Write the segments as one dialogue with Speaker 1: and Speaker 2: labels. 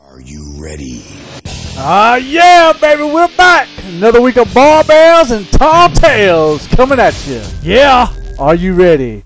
Speaker 1: Are you ready?
Speaker 2: Ah, yeah, baby, we're back. Another week of barbells and tall tales coming at you.
Speaker 3: Yeah.
Speaker 2: Are you ready?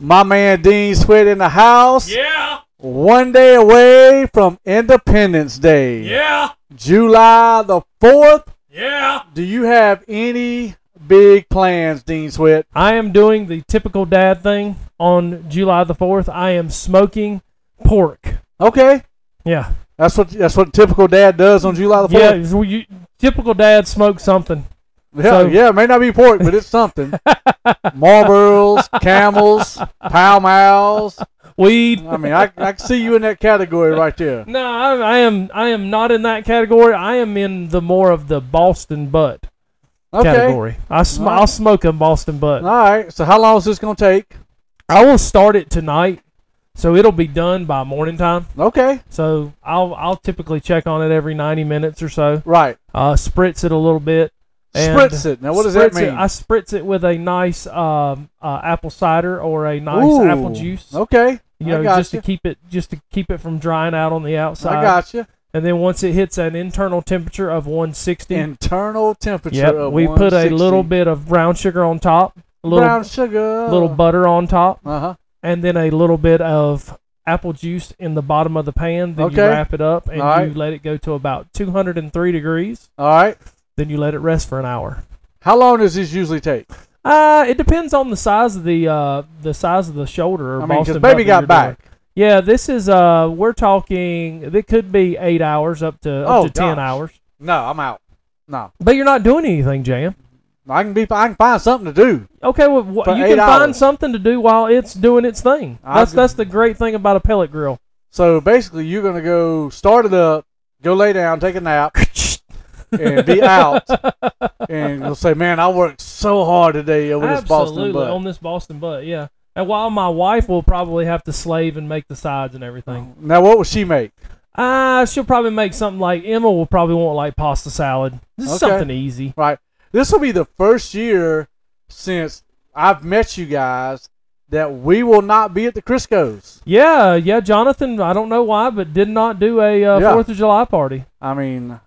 Speaker 2: My man Dean Sweat in the house.
Speaker 3: Yeah.
Speaker 2: One day away from Independence Day,
Speaker 3: Yeah.
Speaker 2: July the 4th.
Speaker 3: Yeah.
Speaker 2: Do you have any big plans, Dean Sweat?
Speaker 3: I am doing the typical dad thing on July the 4th. I am smoking pork.
Speaker 2: Okay.
Speaker 3: Yeah.
Speaker 2: That's what that's what a typical dad does on July the 4th.
Speaker 3: Yeah. it's- well, you, typical dad smokes something.
Speaker 2: Yeah,
Speaker 3: So-
Speaker 2: yeah, it may not be pork, but it's something. Marlboros, camels, Pall Malls.
Speaker 3: Weed.
Speaker 2: I mean, I, I can see you in that category right there.
Speaker 3: No, I, I am I am not in that category. I am in the more of the Boston butt
Speaker 2: Okay.
Speaker 3: category. I sm- I'll smoke a Boston butt.
Speaker 2: All right. So how long is this gonna take?
Speaker 3: I will start it tonight, so it'll be done by morning time.
Speaker 2: Okay.
Speaker 3: So I'll I'll typically check on it every 90 minutes or so.
Speaker 2: Right.
Speaker 3: uh, spritz it a little bit. and-
Speaker 2: Spritz it. Now, what does that
Speaker 3: Spritz it-
Speaker 2: mean?
Speaker 3: I spritz it with a nice um, uh, apple cider or a nice
Speaker 2: Ooh,
Speaker 3: apple juice.
Speaker 2: Okay.
Speaker 3: You know,
Speaker 2: I got
Speaker 3: just
Speaker 2: you.
Speaker 3: to keep it just to keep it from drying out on the outside.
Speaker 2: I got you.
Speaker 3: And then once it hits an internal temperature of 160,
Speaker 2: Internal temperature.
Speaker 3: yep,
Speaker 2: of
Speaker 3: we put a
Speaker 2: 160.
Speaker 3: little bit of brown sugar on top, a little
Speaker 2: brown uh. sugar.
Speaker 3: little butter on top,
Speaker 2: Uh huh.
Speaker 3: and then a little bit of apple juice in the bottom of the pan. Then you
Speaker 2: Okay.
Speaker 3: wrap it up and
Speaker 2: All right.
Speaker 3: you let it go to about 203 degrees.
Speaker 2: All right.
Speaker 3: Then you let it rest for an hour.
Speaker 2: How long does this usually take?
Speaker 3: Uh, it depends on the size of the uh the size of the shoulder. Or
Speaker 2: I mean, because
Speaker 3: Boston
Speaker 2: baby
Speaker 3: butt that
Speaker 2: got
Speaker 3: you're
Speaker 2: back.
Speaker 3: doing. Yeah, this is uh, we're talking. It could be eight hours up to up
Speaker 2: Oh,
Speaker 3: to ten
Speaker 2: gosh.
Speaker 3: hours.
Speaker 2: No, I'm out. No,
Speaker 3: But you're not doing anything, Jam.
Speaker 2: I can be. I can find something to do.
Speaker 3: Okay, well, wh-
Speaker 2: For
Speaker 3: you
Speaker 2: eight
Speaker 3: can find
Speaker 2: hours.
Speaker 3: something to do while it's doing its thing.
Speaker 2: I've
Speaker 3: That's
Speaker 2: g-
Speaker 3: that's the great thing about a pellet grill.
Speaker 2: So basically, you're gonna go start it up, go lay down, take a nap, and be out. and you'll say, "Man, I worked so hard today over this
Speaker 3: Absolutely Oh,
Speaker 2: Boston butt."
Speaker 3: on this Boston butt, yeah. And while my wife will probably have to slave and make the sides and everything,
Speaker 2: Now, what would she make?
Speaker 3: uh, she'll probably make something like Emma will probably want like pasta salad, just
Speaker 2: Okay.
Speaker 3: something easy.
Speaker 2: Right. This will be the first year since I've met you guys that we will not be at the Crisco's.
Speaker 3: Yeah, yeah, Jonathan. I don't know why, but did not do a uh,
Speaker 2: Yeah.
Speaker 3: Fourth of July party.
Speaker 2: I mean,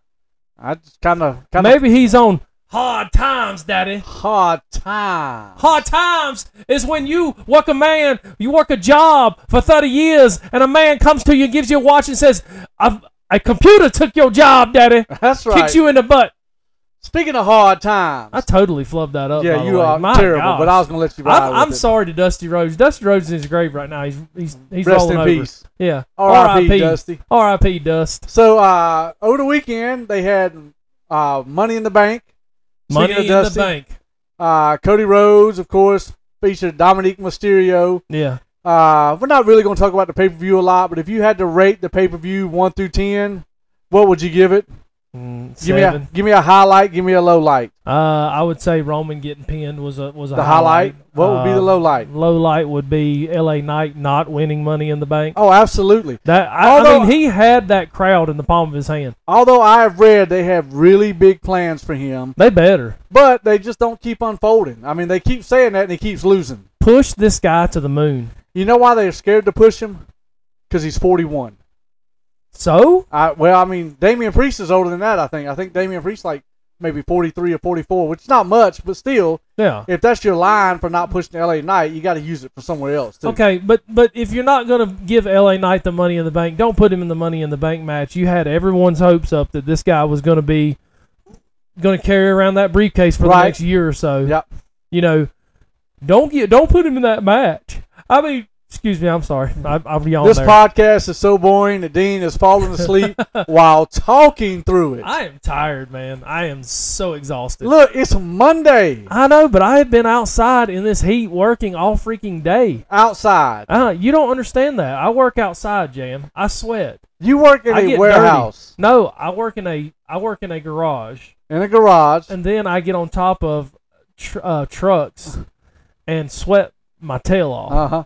Speaker 2: I just kind of kind of
Speaker 3: Maybe he's on hard times, Daddy.
Speaker 2: hard time.
Speaker 3: Hard times is when you work a man, you work a job for thirty years, and a man comes to you and gives you a watch and says, I've, "A computer took your job, Daddy.
Speaker 2: That's right.
Speaker 3: Kicks you in the butt."
Speaker 2: Speaking of hard times,
Speaker 3: I totally flubbed that up. by
Speaker 2: yeah,
Speaker 3: the
Speaker 2: you
Speaker 3: way.
Speaker 2: are
Speaker 3: My
Speaker 2: terrible.
Speaker 3: gosh.
Speaker 2: But I was gonna let you ride
Speaker 3: I'm,
Speaker 2: with
Speaker 3: I'm
Speaker 2: it.
Speaker 3: sorry to Dusty Rhodes. Dusty Rhodes is in his grave right now. He's he's he's
Speaker 2: Rest
Speaker 3: rolling
Speaker 2: in
Speaker 3: over.
Speaker 2: peace.
Speaker 3: Yeah.
Speaker 2: R.I.P. Dusty.
Speaker 3: R.I.P. Dust.
Speaker 2: So uh, over the weekend they had uh, Money in the Bank.
Speaker 3: Money
Speaker 2: Speaking
Speaker 3: in
Speaker 2: of
Speaker 3: the
Speaker 2: Dusty,
Speaker 3: bank.
Speaker 2: Uh, Cody Rhodes, of course, featured Dominique Mysterio.
Speaker 3: Yeah.
Speaker 2: Uh, we're not really going to talk about the pay per view a lot, but if you had to rate the pay per view one through ten, what would you give it?
Speaker 3: Mm,
Speaker 2: Give me
Speaker 3: seven.
Speaker 2: a give me a highlight, give me a low light.
Speaker 3: uh, I would say Roman getting pinned was a was a
Speaker 2: The highlight. What would be the
Speaker 3: Um,
Speaker 2: low light?
Speaker 3: Low light would be L.A. Knight not winning Money in the Bank.
Speaker 2: Oh, absolutely.
Speaker 3: That I,
Speaker 2: Although-
Speaker 3: I mean, he had that crowd in the palm of his hand.
Speaker 2: Although I have read they have really big plans for him,
Speaker 3: They better
Speaker 2: but they just don't keep unfolding. I mean, they keep saying that and he keeps losing.
Speaker 3: push this guy to the moon.
Speaker 2: You know why they're scared to push him? Because he's 41.
Speaker 3: So
Speaker 2: I, well, I mean, Damian Priest is older than that, I think. I think Damian Priest like maybe 43 or 44, which is not much, but still,
Speaker 3: yeah,
Speaker 2: if that's your line for not pushing LA Knight, you got to use it for somewhere else. Too.
Speaker 3: okay, but but if you're not gonna give L.A. Knight the Money in the Bank, don't put him in the Money in the Bank match. You had everyone's hopes up that this guy was gonna be gonna carry around that briefcase for
Speaker 2: Right.
Speaker 3: the next year or so.
Speaker 2: Yep.
Speaker 3: you know, don't get don't put him in that match. I mean, excuse me, I'm sorry, I, I'll be on
Speaker 2: This
Speaker 3: there.
Speaker 2: podcast is so boring that Dean is falling asleep while talking through it.
Speaker 3: I am tired, man. I am so exhausted.
Speaker 2: Look, it's Monday
Speaker 3: I know, but I have been outside in this heat working all freaking day.
Speaker 2: outside.
Speaker 3: Uh, you don't understand that. I work outside, Jam. I sweat.
Speaker 2: You work in
Speaker 3: I
Speaker 2: a
Speaker 3: get
Speaker 2: warehouse,
Speaker 3: dirty. No, I work in a I work in a garage,
Speaker 2: in a garage.
Speaker 3: and then I get on top of tr- uh, trucks and sweat my tail off.
Speaker 2: Uh huh.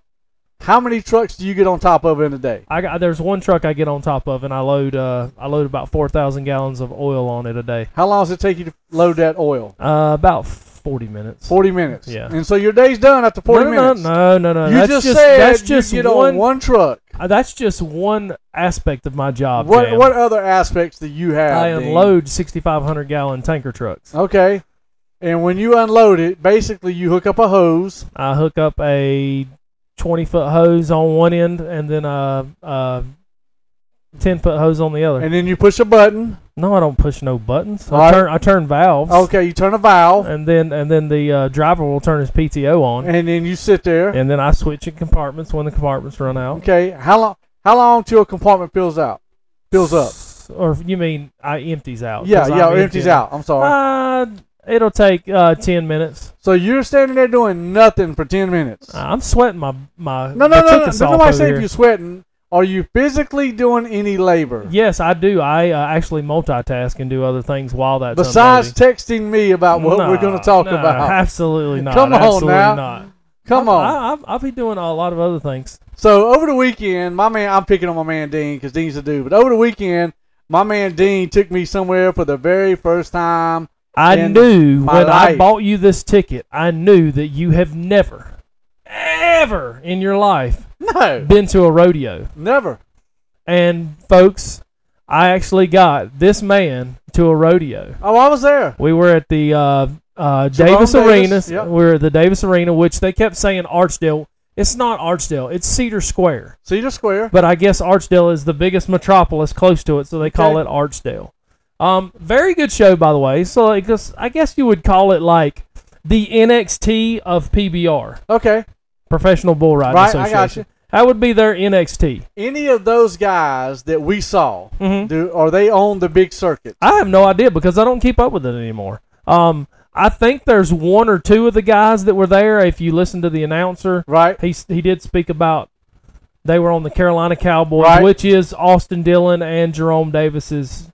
Speaker 2: How many trucks do you get on top of in a day?
Speaker 3: I got there's one truck I get on top of, and I load uh, I load about four thousand gallons of oil on it a day.
Speaker 2: How long does it take you to load that oil?
Speaker 3: Uh, about f- forty minutes.
Speaker 2: 40 minutes.
Speaker 3: Yeah.
Speaker 2: And so your day's done after 40
Speaker 3: no, no,
Speaker 2: minutes.
Speaker 3: No, no, no, no.
Speaker 2: You
Speaker 3: Uh, that's
Speaker 2: just,
Speaker 3: just
Speaker 2: said
Speaker 3: that's just
Speaker 2: you get
Speaker 3: one,
Speaker 2: on one truck.
Speaker 3: uh, That's just one aspect of my job.
Speaker 2: what
Speaker 3: Dan.
Speaker 2: what other aspects do you have?
Speaker 3: Oh, I
Speaker 2: Dean?
Speaker 3: unload sixty five hundred gallon tanker trucks.
Speaker 2: Okay. And when you unload it, basically you hook up a hose.
Speaker 3: I hook up a twenty foot hose on one end and then a, a ten foot hose on the other.
Speaker 2: And then you push a button.
Speaker 3: no, I don't push no buttons.
Speaker 2: All
Speaker 3: I
Speaker 2: right.
Speaker 3: turn I turn valves.
Speaker 2: Okay, you turn a valve,
Speaker 3: And then and then the uh, driver will turn his PTO on.
Speaker 2: and then you sit there.
Speaker 3: And then I switch in compartments when the compartments run out.
Speaker 2: Okay, how long? How long till a compartment fills out? Fills up.
Speaker 3: Or you mean I empties out?
Speaker 2: Yeah,
Speaker 3: Oh, 'cause
Speaker 2: yeah,
Speaker 3: I'm
Speaker 2: it empties
Speaker 3: emptying.
Speaker 2: out. I'm sorry.
Speaker 3: Uh, it'll take uh, ten minutes.
Speaker 2: So you're standing there doing nothing for ten minutes.
Speaker 3: I'm sweating my my.
Speaker 2: No, no, no, no.
Speaker 3: batikis
Speaker 2: no
Speaker 3: off
Speaker 2: nobody
Speaker 3: over
Speaker 2: say
Speaker 3: here.
Speaker 2: if you're sweating. Are you physically doing any labor
Speaker 3: Yes, I do. I uh, actually multitask and do other things while that's
Speaker 2: besides texting me about
Speaker 3: unloading.
Speaker 2: what we're going
Speaker 3: No,
Speaker 2: to talk
Speaker 3: no,
Speaker 2: about?
Speaker 3: Absolutely not.
Speaker 2: Come on
Speaker 3: absolutely
Speaker 2: now.
Speaker 3: Not.
Speaker 2: Come
Speaker 3: I-
Speaker 2: on.
Speaker 3: I, I, I'll be doing a lot of other things.
Speaker 2: So over the weekend, my man, I'm picking on my man Dean because Dean's the dude. But over the weekend, my man Dean took me somewhere for the very first time.
Speaker 3: I
Speaker 2: In
Speaker 3: knew
Speaker 2: my
Speaker 3: when I
Speaker 2: life.
Speaker 3: bought you this ticket, I knew that you have never, ever in your life
Speaker 2: No,
Speaker 3: been to a rodeo.
Speaker 2: never.
Speaker 3: And folks, I actually got this man to a rodeo.
Speaker 2: Oh, I was there.
Speaker 3: We were at the uh, uh,
Speaker 2: Jerome
Speaker 3: Davis,
Speaker 2: Davis,
Speaker 3: Arenas.
Speaker 2: yep.
Speaker 3: We were at the Davis Arena, which they kept saying Archdale. It's not Archdale. It's Cedar Square.
Speaker 2: Cedar Square.
Speaker 3: But I guess Archdale is the biggest metropolis close to it, so they call it
Speaker 2: Okay.
Speaker 3: Archdale. Um, very good show, by the way. So I guess, I guess you would call it like the NXT of PBR,
Speaker 2: Okay,
Speaker 3: Professional Bull Riding
Speaker 2: right. I
Speaker 3: Association.
Speaker 2: got you.
Speaker 3: That would be their NXT.
Speaker 2: Any of those guys that we saw,
Speaker 3: Mhm.
Speaker 2: do are they on the big circuit?
Speaker 3: I have no idea because I don't keep up with it anymore. Um, I think there's one or two of the guys that were there. If you listen to the announcer,
Speaker 2: Right.
Speaker 3: he s- he did speak about they were on the Carolina Cowboys,
Speaker 2: Right.
Speaker 3: which is Austin Dillon and Jerome Davis's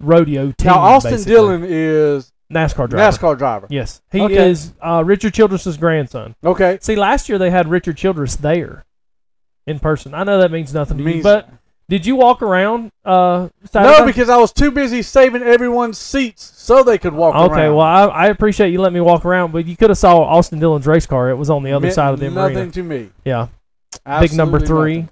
Speaker 3: rodeo team.
Speaker 2: now Austin
Speaker 3: basically.
Speaker 2: Dillon is
Speaker 3: NASCAR driver.
Speaker 2: NASCAR driver.
Speaker 3: Yes, he
Speaker 2: Okay.
Speaker 3: is uh, Richard Childress's grandson.
Speaker 2: Okay.
Speaker 3: See, last year they had Richard Childress there in person. I know that means nothing to you,
Speaker 2: Means-
Speaker 3: but did you walk around? Uh, Saturday?
Speaker 2: no, because I was too busy saving everyone's seats so they could walk around.
Speaker 3: okay, well, I, I appreciate you letting me walk around, but you could have saw Austin Dillon's race car. It was on the other
Speaker 2: Meant
Speaker 3: side of the
Speaker 2: nothing
Speaker 3: arena.
Speaker 2: to me.
Speaker 3: Yeah, big number
Speaker 2: Absolutely
Speaker 3: three.
Speaker 2: nothing.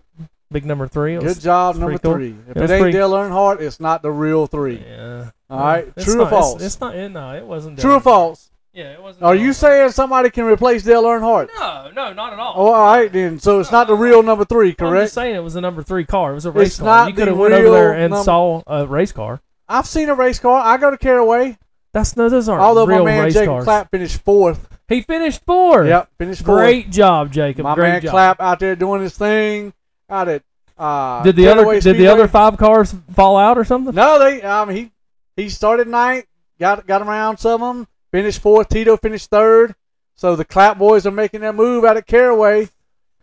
Speaker 3: Big number three. It was-
Speaker 2: Good job,
Speaker 3: it's
Speaker 2: number
Speaker 3: pretty cool.
Speaker 2: three. If
Speaker 3: Yeah,
Speaker 2: it
Speaker 3: it's
Speaker 2: ain't
Speaker 3: pretty-
Speaker 2: Dale Earnhardt, it's not the real three.
Speaker 3: Yeah.
Speaker 2: All right,
Speaker 3: It's
Speaker 2: true or
Speaker 3: not- it's-
Speaker 2: false?
Speaker 3: It's, not. It, no, it wasn't.
Speaker 2: True or
Speaker 3: Dillon.
Speaker 2: false?
Speaker 3: Yeah, it wasn't.
Speaker 2: Are
Speaker 3: Dillon.
Speaker 2: you saying somebody can replace Dale Earnhardt?
Speaker 3: No, no, not at all.
Speaker 2: Oh, all right then. So it's not the real number three,
Speaker 3: I'm just
Speaker 2: correct?
Speaker 3: saying it was a number three car. It was a race
Speaker 2: It's
Speaker 3: car.
Speaker 2: not
Speaker 3: you could have
Speaker 2: the
Speaker 3: went over there
Speaker 2: real
Speaker 3: and
Speaker 2: num-
Speaker 3: saw a race car.
Speaker 2: I've seen a race car. I go to Caraway.
Speaker 3: That's no, those aren't
Speaker 2: Although
Speaker 3: real
Speaker 2: my man
Speaker 3: race
Speaker 2: Jacob
Speaker 3: cars.
Speaker 2: Clapp finished fourth.
Speaker 3: He finished fourth.
Speaker 2: Yep, finished fourth.
Speaker 3: Great job, Jacob.
Speaker 2: My
Speaker 3: Great
Speaker 2: man
Speaker 3: job.
Speaker 2: Clapp out there doing his thing. Out at uh,
Speaker 3: Did the other
Speaker 2: Caraway
Speaker 3: did the other
Speaker 2: Speedway.
Speaker 3: five cars fall out or something?
Speaker 2: No, they. Um, he he started ninth. Got got around some of them. Finished fourth. Tito finished third. So the Clapp boys are making their move out at Caraway.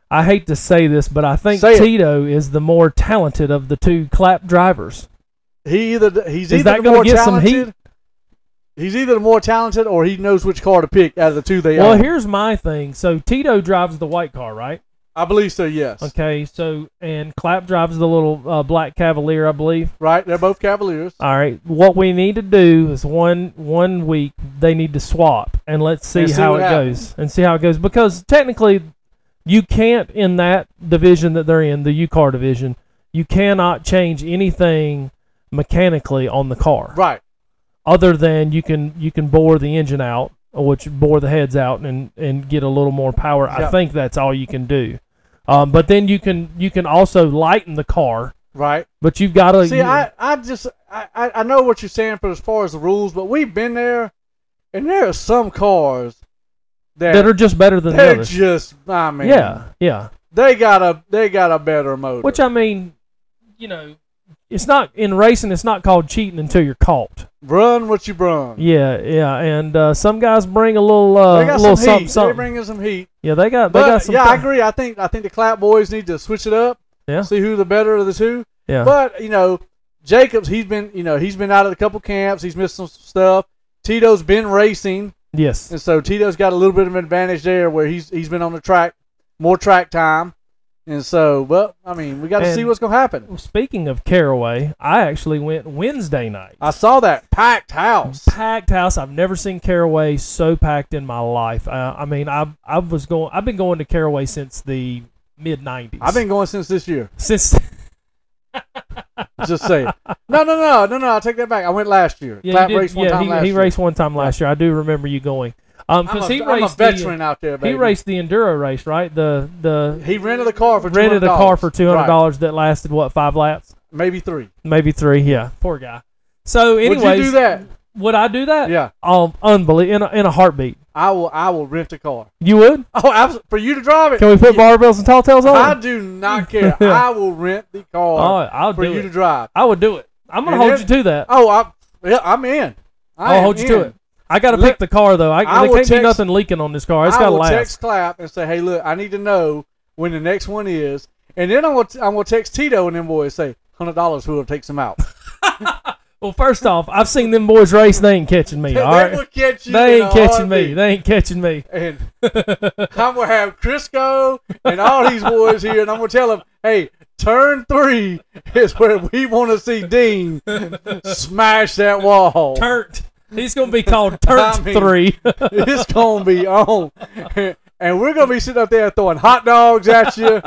Speaker 3: I hate to say this, but I think
Speaker 2: Say it.
Speaker 3: Tito is the more talented of the two clap drivers.
Speaker 2: He either he's
Speaker 3: Is
Speaker 2: either
Speaker 3: that
Speaker 2: the
Speaker 3: gonna
Speaker 2: more
Speaker 3: get some
Speaker 2: talented. He's either the more talented or he knows which car to pick out of the two they
Speaker 3: Well,
Speaker 2: own.
Speaker 3: here's my thing. So Tito drives the white car, right?
Speaker 2: I believe so. Yes.
Speaker 3: Okay. So and Clap drives the little uh, black Cavalier, I believe.
Speaker 2: Right. They're both Cavaliers.
Speaker 3: All right. What we need to do is one one week they need to swap and let's see,
Speaker 2: And see
Speaker 3: how
Speaker 2: what
Speaker 3: it
Speaker 2: happens.
Speaker 3: goes and see how it goes because technically you can't in that division that they're in the U car division you cannot change anything mechanically on the car
Speaker 2: Right.
Speaker 3: other than you can you can bore the engine out or which bore the heads out and and get a little more power
Speaker 2: Yeah.
Speaker 3: i think that's all you can do um, but then you can you can also lighten the car
Speaker 2: Right.
Speaker 3: but you've got to
Speaker 2: See, I, I just I, I I know what you're saying, but as far as the rules, but we've been there, and there are some cars that,
Speaker 3: that are just better than the
Speaker 2: they're
Speaker 3: others
Speaker 2: just I mean
Speaker 3: yeah yeah
Speaker 2: they got a they got a better motor.
Speaker 3: which i mean you know it's not in racing it's not called cheating until you're caught
Speaker 2: run what you brung.
Speaker 3: yeah yeah and uh, some guys bring a little uh,
Speaker 2: they got
Speaker 3: little
Speaker 2: some
Speaker 3: something,
Speaker 2: heat.
Speaker 3: something.
Speaker 2: They're bringing some heat.
Speaker 3: yeah they got they
Speaker 2: But
Speaker 3: got some
Speaker 2: yeah, I
Speaker 3: thing.
Speaker 2: agree. I think I think the Clap boys need to switch it up.
Speaker 3: Yeah.
Speaker 2: See who the better of the two.
Speaker 3: yeah
Speaker 2: But you know, Jacobs, he's been you know he's been out of a couple camps. He's missed some stuff. Tito's been racing,
Speaker 3: yes
Speaker 2: and so Tito's got a little bit of an advantage there where he's he's been on the track more track time. And so, well, I mean, we got to
Speaker 3: And-
Speaker 2: see what's going to happen.
Speaker 3: Well, speaking of Caraway, I actually went Wednesday night.
Speaker 2: I saw that packed house.
Speaker 3: Packed house. I've never seen Caraway so packed in my life. Uh, I mean, I I was going. I've been going to Caraway since the mid '90s.
Speaker 2: I've been going since this year.
Speaker 3: since
Speaker 2: Just saying. No, no, no, no, no. I take that back. I went last year.
Speaker 3: yeah,
Speaker 2: Clap
Speaker 3: you did-
Speaker 2: raced one
Speaker 3: yeah,
Speaker 2: time
Speaker 3: he,
Speaker 2: last
Speaker 3: he
Speaker 2: year.
Speaker 3: raced one time last year. I do remember you going. Um,
Speaker 2: I'm,
Speaker 3: because
Speaker 2: a,
Speaker 3: he
Speaker 2: I'm a
Speaker 3: raced
Speaker 2: veteran
Speaker 3: the,
Speaker 2: out there,
Speaker 3: he
Speaker 2: baby.
Speaker 3: raced the enduro race, right? The the
Speaker 2: He rented a car for
Speaker 3: rented a
Speaker 2: $200.
Speaker 3: car for two hundred
Speaker 2: Right.
Speaker 3: dollars that lasted what five laps,
Speaker 2: maybe three.
Speaker 3: maybe three. Yeah, poor guy. So, anyways,
Speaker 2: would you do that?
Speaker 3: Would I do that?
Speaker 2: Yeah,
Speaker 3: Um, unbelievable in a, in a heartbeat.
Speaker 2: I will. I will rent a car.
Speaker 3: You would?
Speaker 2: Oh, absolutely. for you to drive it.
Speaker 3: Can we put barbells and tall tales on?
Speaker 2: I do not care. I will rent the
Speaker 3: oh,
Speaker 2: car
Speaker 3: I'll
Speaker 2: for
Speaker 3: do
Speaker 2: you
Speaker 3: it.
Speaker 2: to drive.
Speaker 3: I would do it. I'm gonna
Speaker 2: And
Speaker 3: hold
Speaker 2: then-
Speaker 3: you to that.
Speaker 2: Oh, I, yeah, I'm in. I
Speaker 3: I'll
Speaker 2: am
Speaker 3: Oh, hold you to
Speaker 2: in.
Speaker 3: it. I gotta
Speaker 2: Let-
Speaker 3: pick the car though. I,
Speaker 2: I
Speaker 3: there
Speaker 2: will
Speaker 3: can't be
Speaker 2: text-
Speaker 3: nothing leaking on this car. It's
Speaker 2: I
Speaker 3: gotta
Speaker 2: will
Speaker 3: last.
Speaker 2: text Clap and say, "Hey, look, I need to know when the next one is," and then I'm gonna I'm gonna text Tito and them boys say, hundred dollars whoever takes them out."
Speaker 3: Well, first off, I've seen them boys race. They ain't catching me.
Speaker 2: they
Speaker 3: All right,
Speaker 2: will catch you.
Speaker 3: they
Speaker 2: in
Speaker 3: ain't
Speaker 2: a
Speaker 3: catching me.
Speaker 2: heartbeat.
Speaker 3: They ain't catching me.
Speaker 2: And I'm gonna have Crisco and all these boys here, and I'm gonna tell them, "Hey, turn three is where we want to see Dean smash that wall."
Speaker 3: Turt. He's gonna be called Turt
Speaker 2: I mean-
Speaker 3: Three.
Speaker 2: it's gonna be on, and we're gonna be sitting up there throwing hot dogs at you.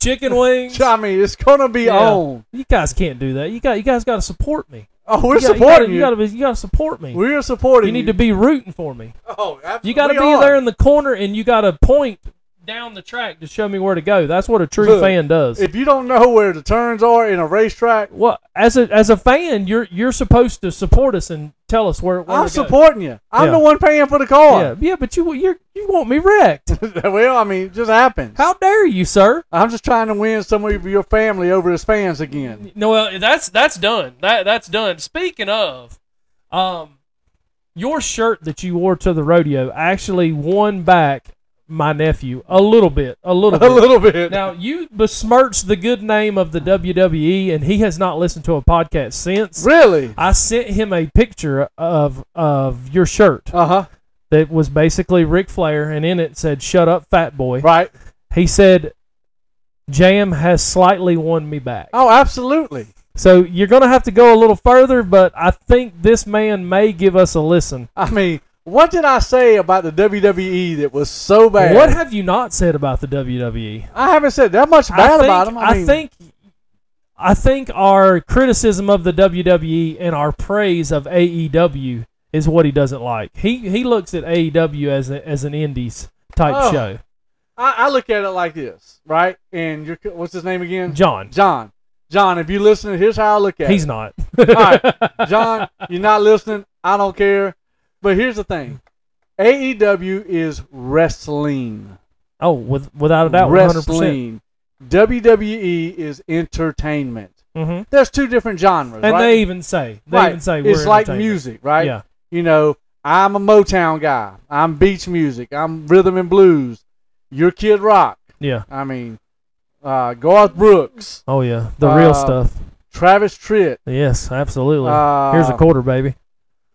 Speaker 3: Chicken wings.
Speaker 2: I mean, it's gonna be
Speaker 3: Yeah.
Speaker 2: on.
Speaker 3: You guys can't do that. You got. You guys got to support me.
Speaker 2: Oh, we're
Speaker 3: You got-
Speaker 2: supporting you.
Speaker 3: You gotta, you gotta, be- you gotta support me.
Speaker 2: we're supporting
Speaker 3: you
Speaker 2: you.
Speaker 3: need to be rooting for me.
Speaker 2: Oh, absolutely.
Speaker 3: You got to
Speaker 2: We
Speaker 3: be
Speaker 2: are.
Speaker 3: there in the corner, and you got to point down the track to show me where to go. That's what a true
Speaker 2: Look,
Speaker 3: fan does.
Speaker 2: If you don't know where the turns are in a racetrack,
Speaker 3: well, as a as a fan, you're you're supposed to support us and tell us where. where
Speaker 2: I'm
Speaker 3: to go.
Speaker 2: supporting you. I'm
Speaker 3: Yeah.
Speaker 2: the one paying for the car.
Speaker 3: Yeah, yeah, but you you you want me wrecked?
Speaker 2: well, I mean, it just happens.
Speaker 3: How dare you, sir?
Speaker 2: I'm just trying to win some of your family over his fans again.
Speaker 3: No, well, that's that's done. That that's done. Speaking of, um, your shirt that you wore to the rodeo actually won back my nephew a little bit, a little
Speaker 2: A
Speaker 3: bit.
Speaker 2: little bit.
Speaker 3: Now you besmirched the good name of the WWE, and he has not listened to a podcast since.
Speaker 2: really?
Speaker 3: I sent him a picture of of your shirt
Speaker 2: Uh huh.
Speaker 3: that was basically Ric Flair, and in it said "Shut up, Fat Boy."
Speaker 2: Right.
Speaker 3: He said, "Jam has slightly won me back."
Speaker 2: Oh, absolutely.
Speaker 3: So you're gonna have to go a little further, but I think this man may give us a listen.
Speaker 2: I mean, what did I say about the WWE that was so bad?
Speaker 3: What have you not said about the WWE?
Speaker 2: I haven't said that much
Speaker 3: I
Speaker 2: bad
Speaker 3: think,
Speaker 2: about him. I, mean,
Speaker 3: think I think our criticism of the WWE and our praise of AEW is what he doesn't like. He he looks at AEW as a, as an indies type
Speaker 2: Oh.
Speaker 3: show.
Speaker 2: I, I look at it like this, right? And your what's his name again?
Speaker 3: John,
Speaker 2: John. John, if you're listening, here's how I look at
Speaker 3: he's
Speaker 2: it.
Speaker 3: not.
Speaker 2: All right, John, you're not listening. I don't care. But here's the thing AEW is wrestling.
Speaker 3: Oh, with, without a doubt, one hundred percent.
Speaker 2: wrestling. WWE is entertainment.
Speaker 3: And
Speaker 2: There's two different genres, right?
Speaker 3: Mm-hmm. they even say they
Speaker 2: right.
Speaker 3: even say we're
Speaker 2: it's like
Speaker 3: entertainment.
Speaker 2: music, right?
Speaker 3: Yeah,
Speaker 2: You know, I'm a Motown guy. I'm beach music. I'm rhythm and blues. You're Kid Rock.
Speaker 3: yeah.
Speaker 2: I mean, uh, Garth Brooks,
Speaker 3: Oh yeah, the real
Speaker 2: Uh,
Speaker 3: stuff.
Speaker 2: Travis Tritt.
Speaker 3: Yes, absolutely.
Speaker 2: Uh,
Speaker 3: Here's a quarter, baby.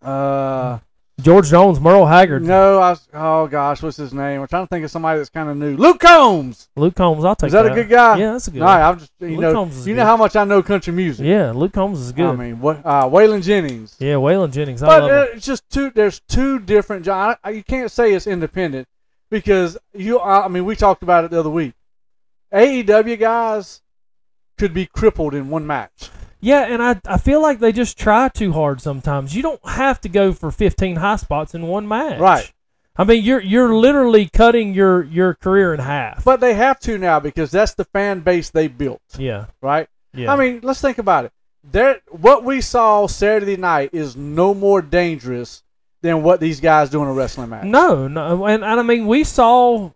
Speaker 2: Uh,
Speaker 3: George Jones, Merle Haggard,
Speaker 2: no, I was, oh gosh, what's his name? I'm trying to think of somebody that's kind of new. Luke Combs.
Speaker 3: Luke Combs. I'll take
Speaker 2: Is that a good guy?
Speaker 3: Yeah, that's a good.
Speaker 2: No,
Speaker 3: one.
Speaker 2: I'm just you
Speaker 3: Luke
Speaker 2: know
Speaker 3: Combs is
Speaker 2: you
Speaker 3: good.
Speaker 2: know how much I know country music.
Speaker 3: Yeah, Luke Combs is good.
Speaker 2: I mean, what uh, Waylon Jennings.
Speaker 3: yeah, Waylon Jennings. I
Speaker 2: but
Speaker 3: love
Speaker 2: uh,
Speaker 3: him.
Speaker 2: it's just two. There's two different. gen- I You can't say it's independent because you. I I mean, we talked about it the other week. AEW guys could be crippled in one match.
Speaker 3: Yeah, and I, I feel like they just try too hard sometimes. You don't have to go for 15 high spots in one match.
Speaker 2: Right.
Speaker 3: I mean, you're you're literally cutting your, your career in half.
Speaker 2: But they have to now because that's the fan base they built,
Speaker 3: yeah.
Speaker 2: right?
Speaker 3: Yeah.
Speaker 2: I mean, let's think about it. There, what we saw Saturday night is no more dangerous than what these guys do in a wrestling match.
Speaker 3: no, no, and, and I mean, we saw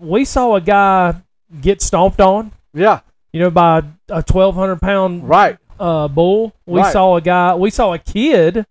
Speaker 3: we saw a guy get stomped on,
Speaker 2: Yeah,
Speaker 3: you know, by a 1,200 pound
Speaker 2: right.
Speaker 3: uh, bull. We
Speaker 2: Right.
Speaker 3: saw a guy, we saw a kid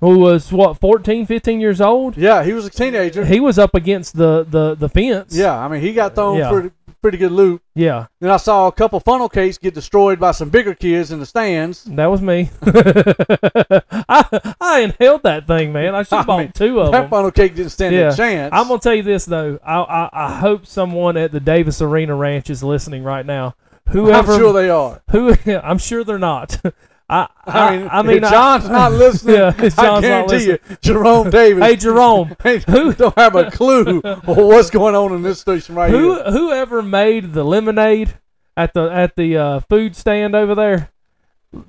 Speaker 3: who was what 14, 15 years old.
Speaker 2: Yeah, he was a teenager.
Speaker 3: He was up against the the the fence.
Speaker 2: Yeah, I mean, he got thrown
Speaker 3: Yeah.
Speaker 2: for pretty good loot.
Speaker 3: Yeah,
Speaker 2: Then I saw a couple funnel cakes get destroyed by some bigger kids in the stands.
Speaker 3: that was me. I, I inhaled that thing, man. I should
Speaker 2: I
Speaker 3: have bought
Speaker 2: mean,
Speaker 3: two of
Speaker 2: That
Speaker 3: them.
Speaker 2: funnel cake didn't stand
Speaker 3: Yeah.
Speaker 2: a chance.
Speaker 3: I'm gonna tell you this though. I, I I hope someone at the Davis Arena Ranch is listening right now. Whoever
Speaker 2: I'm sure they are.
Speaker 3: who I'm sure they're not. I
Speaker 2: I mean,
Speaker 3: I, I mean
Speaker 2: if
Speaker 3: I-
Speaker 2: John's not listening.
Speaker 3: Yeah, if John's
Speaker 2: I
Speaker 3: not
Speaker 2: guarantee you, Jerome Davis.
Speaker 3: Hey Jerome,
Speaker 2: who don't have a clue what's going on in this station right
Speaker 3: who
Speaker 2: here?
Speaker 3: whoever made the lemonade at the at the uh, food stand over there,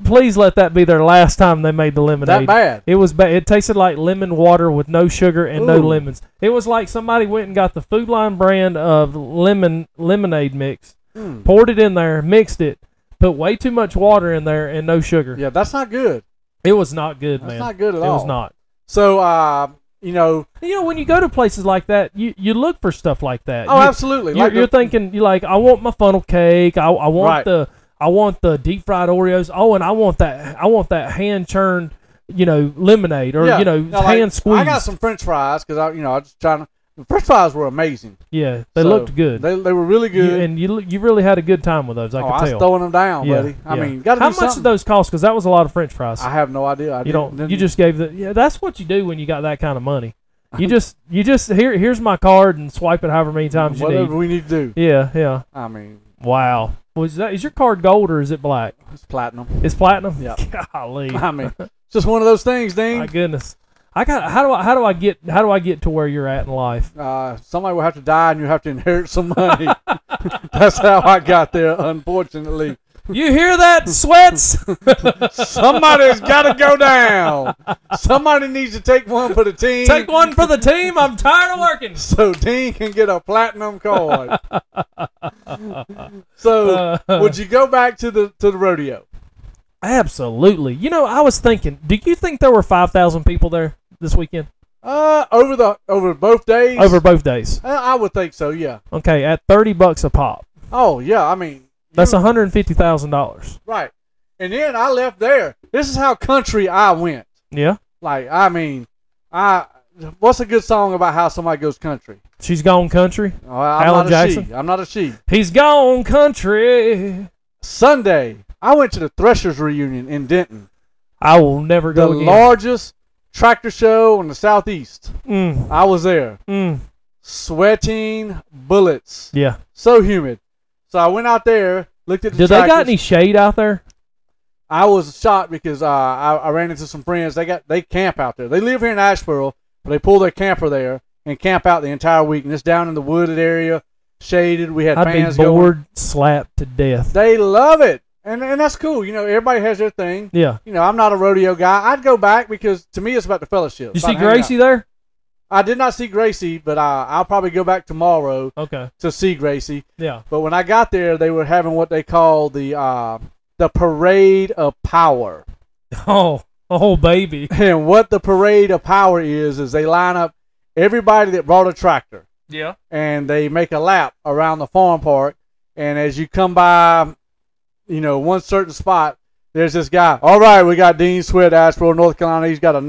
Speaker 3: please let that be their last time they made the
Speaker 2: That
Speaker 3: lemonade.
Speaker 2: bad?
Speaker 3: It was bad. It tasted like lemon water with no sugar and no
Speaker 2: Ooh.
Speaker 3: lemons. It was like somebody went and got the Food Line brand of lemon lemonade mix,
Speaker 2: Hmm.
Speaker 3: poured it in there, mixed it, put way too much water in there and no sugar.
Speaker 2: Yeah, that's not good.
Speaker 3: It was not good,
Speaker 2: That's
Speaker 3: man.
Speaker 2: not good at
Speaker 3: it
Speaker 2: all.
Speaker 3: was not.
Speaker 2: So, uh, you know,
Speaker 3: You know, when you go to places like that, you, you look for stuff like that.
Speaker 2: oh,
Speaker 3: You-
Speaker 2: absolutely.
Speaker 3: You're,
Speaker 2: Like the-
Speaker 3: you're thinking you like I want my funnel cake. I, I want
Speaker 2: Right.
Speaker 3: the I want the deep fried Oreos. Oh, and I want that I want that hand churned you know lemonade or
Speaker 2: yeah.
Speaker 3: you know
Speaker 2: Now, like,
Speaker 3: hand squeezed.
Speaker 2: I got some French fries because I, you know, I just trying to. The French fries were amazing.
Speaker 3: yeah, they
Speaker 2: So,
Speaker 3: looked good.
Speaker 2: They, they were really
Speaker 3: You-
Speaker 2: good.
Speaker 3: and you l- you really had a good time with those. I
Speaker 2: oh,
Speaker 3: could
Speaker 2: I was
Speaker 3: tell.
Speaker 2: throwing them down,
Speaker 3: Yeah,
Speaker 2: buddy. I
Speaker 3: yeah.
Speaker 2: mean, got to
Speaker 3: how
Speaker 2: do
Speaker 3: much
Speaker 2: something.
Speaker 3: did those cost? Because that was a lot of French fries.
Speaker 2: I have no idea. I
Speaker 3: you
Speaker 2: didn't-
Speaker 3: don't.
Speaker 2: didn't-
Speaker 3: you just gave the. Yeah, that's what you do when you got that kind of money. You just you just here here's my card and swipe it however many times you
Speaker 2: whatever
Speaker 3: need.
Speaker 2: we need to do.
Speaker 3: Yeah, yeah.
Speaker 2: I mean,
Speaker 3: Wow. Was that is your card gold or is it black?
Speaker 2: it's platinum.
Speaker 3: It's platinum.
Speaker 2: Yeah.
Speaker 3: Golly.
Speaker 2: I mean, it's just one of those things,
Speaker 3: My
Speaker 2: Dean.
Speaker 3: goodness. I got how do I how do I get how do I get to where you're at in life?
Speaker 2: Uh, somebody will have to die, and you have to inherit some money. That's how I got there, unfortunately.
Speaker 3: You hear that, sweats?
Speaker 2: Somebody's got to go down. Somebody needs to take one for the team.
Speaker 3: Take one for the team. I'm tired of working.
Speaker 2: so Dean can get a platinum card. so,
Speaker 3: Uh,
Speaker 2: would you go back to the to the rodeo?
Speaker 3: absolutely. You know, I was thinking, do you think there were 5,000 people there this weekend
Speaker 2: Uh, over the over both days.
Speaker 3: over both days?
Speaker 2: Uh, I would think so. Yeah.
Speaker 3: Okay, at 30 bucks a pop.
Speaker 2: Oh yeah. I mean,
Speaker 3: That's
Speaker 2: you-
Speaker 3: $150,000.
Speaker 2: right. And then I left there. This is how country I went.
Speaker 3: Yeah.
Speaker 2: Like I mean, I what's a good song about how somebody goes country?
Speaker 3: She's gone country.
Speaker 2: Uh, I'm
Speaker 3: Alan
Speaker 2: not a
Speaker 3: Jackson?
Speaker 2: she. I'm not a she.
Speaker 3: He's gone country.
Speaker 2: Sunday, I went to the Threshers reunion in Denton,
Speaker 3: I will never
Speaker 2: the
Speaker 3: go again.
Speaker 2: largest tractor show in the southeast.
Speaker 3: Mm,
Speaker 2: I was there.
Speaker 3: mm.
Speaker 2: sweating bullets.
Speaker 3: Yeah.
Speaker 2: So humid. So I went out there, looked at the
Speaker 3: Do they got
Speaker 2: tractors.
Speaker 3: any shade out there?
Speaker 2: I was shocked because uh, I, I ran into some friends. They got they camp out there. They live here in Asheboro, but they pull their camper there and camp out the entire week. And it's down in the wooded area, shaded. We had
Speaker 3: I'd
Speaker 2: fans
Speaker 3: be
Speaker 2: going.
Speaker 3: bored, slapped to death.
Speaker 2: They love it, and and that's cool. You know, everybody has their thing.
Speaker 3: Yeah.
Speaker 2: You know, I'm not a rodeo guy. I'd go back because to me, it's about the fellowship.
Speaker 3: You
Speaker 2: It's
Speaker 3: see
Speaker 2: about hanging out.
Speaker 3: Gracie there?
Speaker 2: I did not see Gracie, but I, I'll probably go back tomorrow
Speaker 3: Okay.
Speaker 2: to see Gracie.
Speaker 3: Yeah.
Speaker 2: But when I got there, they were having what they call the uh, the parade of power.
Speaker 3: Oh, oh, baby.
Speaker 2: And what the parade of power is is they line up everybody that brought a tractor
Speaker 3: Yeah.
Speaker 2: and they make a lap around the farm park. And as you come by, you know one certain spot, there's this guy. All right, we got Dean Sweat, Asheboro, North Carolina. He's got a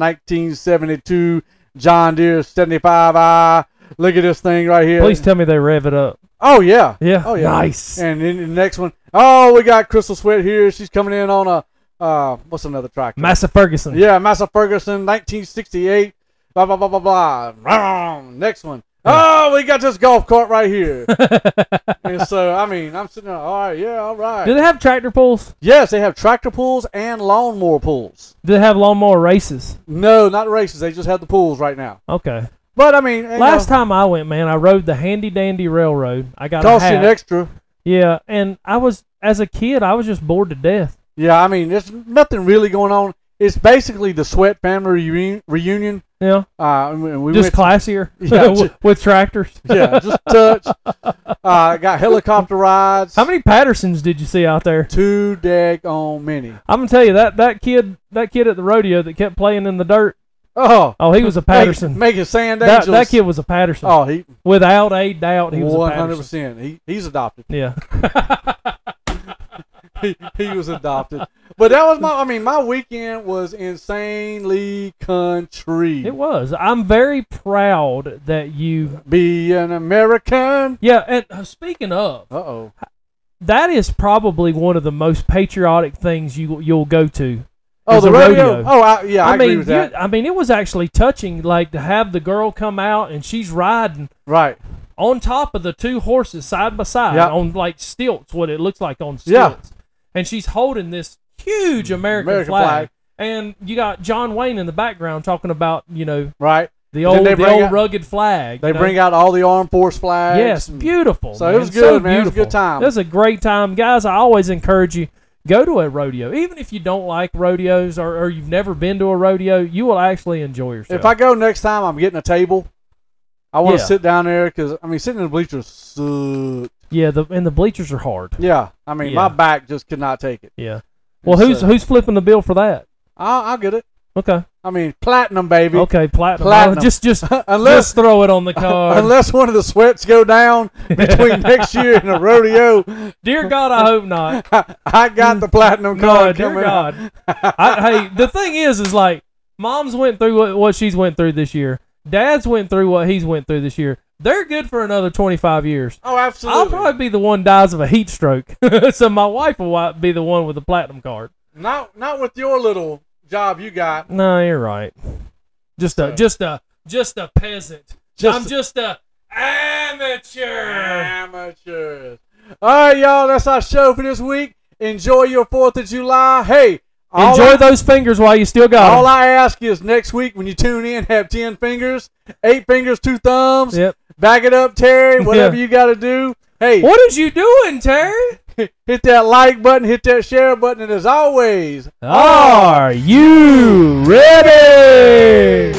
Speaker 2: 1972 John Deere 75i. Look at this thing right here.
Speaker 3: Please tell me they rev it up.
Speaker 2: oh yeah.
Speaker 3: Yeah.
Speaker 2: Oh, yeah.
Speaker 3: Nice.
Speaker 2: And then the next one, oh, we got Crystal Sweat here. She's coming in on a uh, what's another track?
Speaker 3: Massa Ferguson.
Speaker 2: yeah, Massa Ferguson, 1968. Blah blah blah blah blah. Rawr. Next one. Oh, we got this golf cart right here. and so I mean, I'm sitting there. All right, yeah, all right.
Speaker 3: Do they have tractor pulls?
Speaker 2: yes, they have tractor pools and lawnmower pools.
Speaker 3: Do they have lawnmower races?
Speaker 2: No, not races. They just have the pools right now.
Speaker 3: Okay.
Speaker 2: But I mean, you
Speaker 3: Last
Speaker 2: know,
Speaker 3: time I went, man, I rode the handy dandy railroad. I got a
Speaker 2: cost you
Speaker 3: hat.
Speaker 2: an extra.
Speaker 3: yeah, and I was as a kid, I was just bored to death.
Speaker 2: Yeah, I mean, there's nothing really going on. It's basically the Sweat family reu- reunion.
Speaker 3: Yeah,
Speaker 2: Uh, and we- and we
Speaker 3: just
Speaker 2: went
Speaker 3: classier
Speaker 2: Yeah,
Speaker 3: with, with tractors.
Speaker 2: yeah, just touch. Uh, got helicopter rides.
Speaker 3: How many Pattersons did you see out there?
Speaker 2: Two dag on many.
Speaker 3: I'm gonna tell you that that kid that kid at the rodeo that kept playing in the dirt.
Speaker 2: Oh,
Speaker 3: Oh, he was a Patterson.
Speaker 2: Making, making sand
Speaker 3: that,
Speaker 2: angels.
Speaker 3: that kid was a Patterson.
Speaker 2: Oh, he
Speaker 3: Without a doubt, he was a
Speaker 2: one hundred
Speaker 3: Patterson.
Speaker 2: percent. He he's adopted.
Speaker 3: Yeah.
Speaker 2: He, he was adopted. But that was my. I mean, my weekend was insanely country.
Speaker 3: It was. I'm very proud that you.
Speaker 2: Be an American.
Speaker 3: Yeah, and uh, speaking of,
Speaker 2: Uh oh.
Speaker 3: that is probably one of the most patriotic things you you'll go to.
Speaker 2: Oh,
Speaker 3: It's
Speaker 2: the
Speaker 3: a
Speaker 2: rodeo.
Speaker 3: rodeo.
Speaker 2: Oh, I, yeah, I,
Speaker 3: mean,
Speaker 2: agree with that.
Speaker 3: you- I mean, it was actually touching, like to have the girl come out and she's riding
Speaker 2: Right.
Speaker 3: on top of the two horses side by side
Speaker 2: Yeah.
Speaker 3: on like stilts, what it looks like on stilts,
Speaker 2: Yeah. Mm-hmm.
Speaker 3: and she's holding this huge American,
Speaker 2: American
Speaker 3: flag.
Speaker 2: flag.
Speaker 3: And you got John Wayne in the background talking about you know
Speaker 2: Right.
Speaker 3: the
Speaker 2: Then
Speaker 3: old
Speaker 2: they
Speaker 3: the
Speaker 2: bring
Speaker 3: old
Speaker 2: out-
Speaker 3: rugged flag.
Speaker 2: They
Speaker 3: you know?
Speaker 2: bring out all the armed force flags. Mm.
Speaker 3: Yes,
Speaker 2: and-
Speaker 3: beautiful.
Speaker 2: So it
Speaker 3: man.
Speaker 2: was good, man. It was a good
Speaker 3: beautiful.
Speaker 2: time.
Speaker 3: It was a great time, guys. I always encourage you go to a rodeo, even if you don't like rodeos or, or you've never been to a rodeo. You will actually enjoy yourself.
Speaker 2: If I go next time, I'm getting a table. I want to
Speaker 3: Yeah.
Speaker 2: sit down there because I mean, sitting in the bleachers suck.
Speaker 3: yeah, the and the bleachers are hard.
Speaker 2: Yeah, I mean,
Speaker 3: Yeah.
Speaker 2: my back just could not take it.
Speaker 3: Yeah. Well,
Speaker 2: It's,
Speaker 3: who's
Speaker 2: uh,
Speaker 3: who's flipping the bill for that?
Speaker 2: I'll, I'll get it.
Speaker 3: Okay.
Speaker 2: I mean, platinum, baby.
Speaker 3: Okay, platinum.
Speaker 2: Platinum.
Speaker 3: Just just
Speaker 2: unless
Speaker 3: let's throw it on the card.
Speaker 2: unless one of the sweats go down between next year and the rodeo,
Speaker 3: dear God, I hope not.
Speaker 2: I got the platinum
Speaker 3: No,
Speaker 2: card
Speaker 3: dear
Speaker 2: coming out.
Speaker 3: God. I, hey, the thing is, is like mom's went through what, what she's went through this year. Dad's went through what he's went through this year. They're good for another twenty five years.
Speaker 2: Oh, absolutely.
Speaker 3: I'll probably be the one dies of a heat stroke, so my wife will wi- be the one with the platinum card.
Speaker 2: not not with your little job you got.
Speaker 3: No, you're right. Just a,
Speaker 2: So-
Speaker 3: just a, just a peasant.
Speaker 2: Just
Speaker 3: I'm
Speaker 2: a-
Speaker 3: just a amateur.
Speaker 2: Amateurs. All right, y'all. That's our show for this week. Enjoy your Fourth of July. Hey, all
Speaker 3: Enjoy
Speaker 2: I,
Speaker 3: those fingers while you still got
Speaker 2: All
Speaker 3: them.
Speaker 2: I ask is next week when you tune in, have ten fingers, eight fingers, two thumbs.
Speaker 3: Yep.
Speaker 2: Back it up, Terry. Whatever
Speaker 3: Yeah.
Speaker 2: you got to do. Hey,
Speaker 3: What is you doing, Terry?
Speaker 2: hit that like button, hit that share button, and as always,
Speaker 3: Are you ready?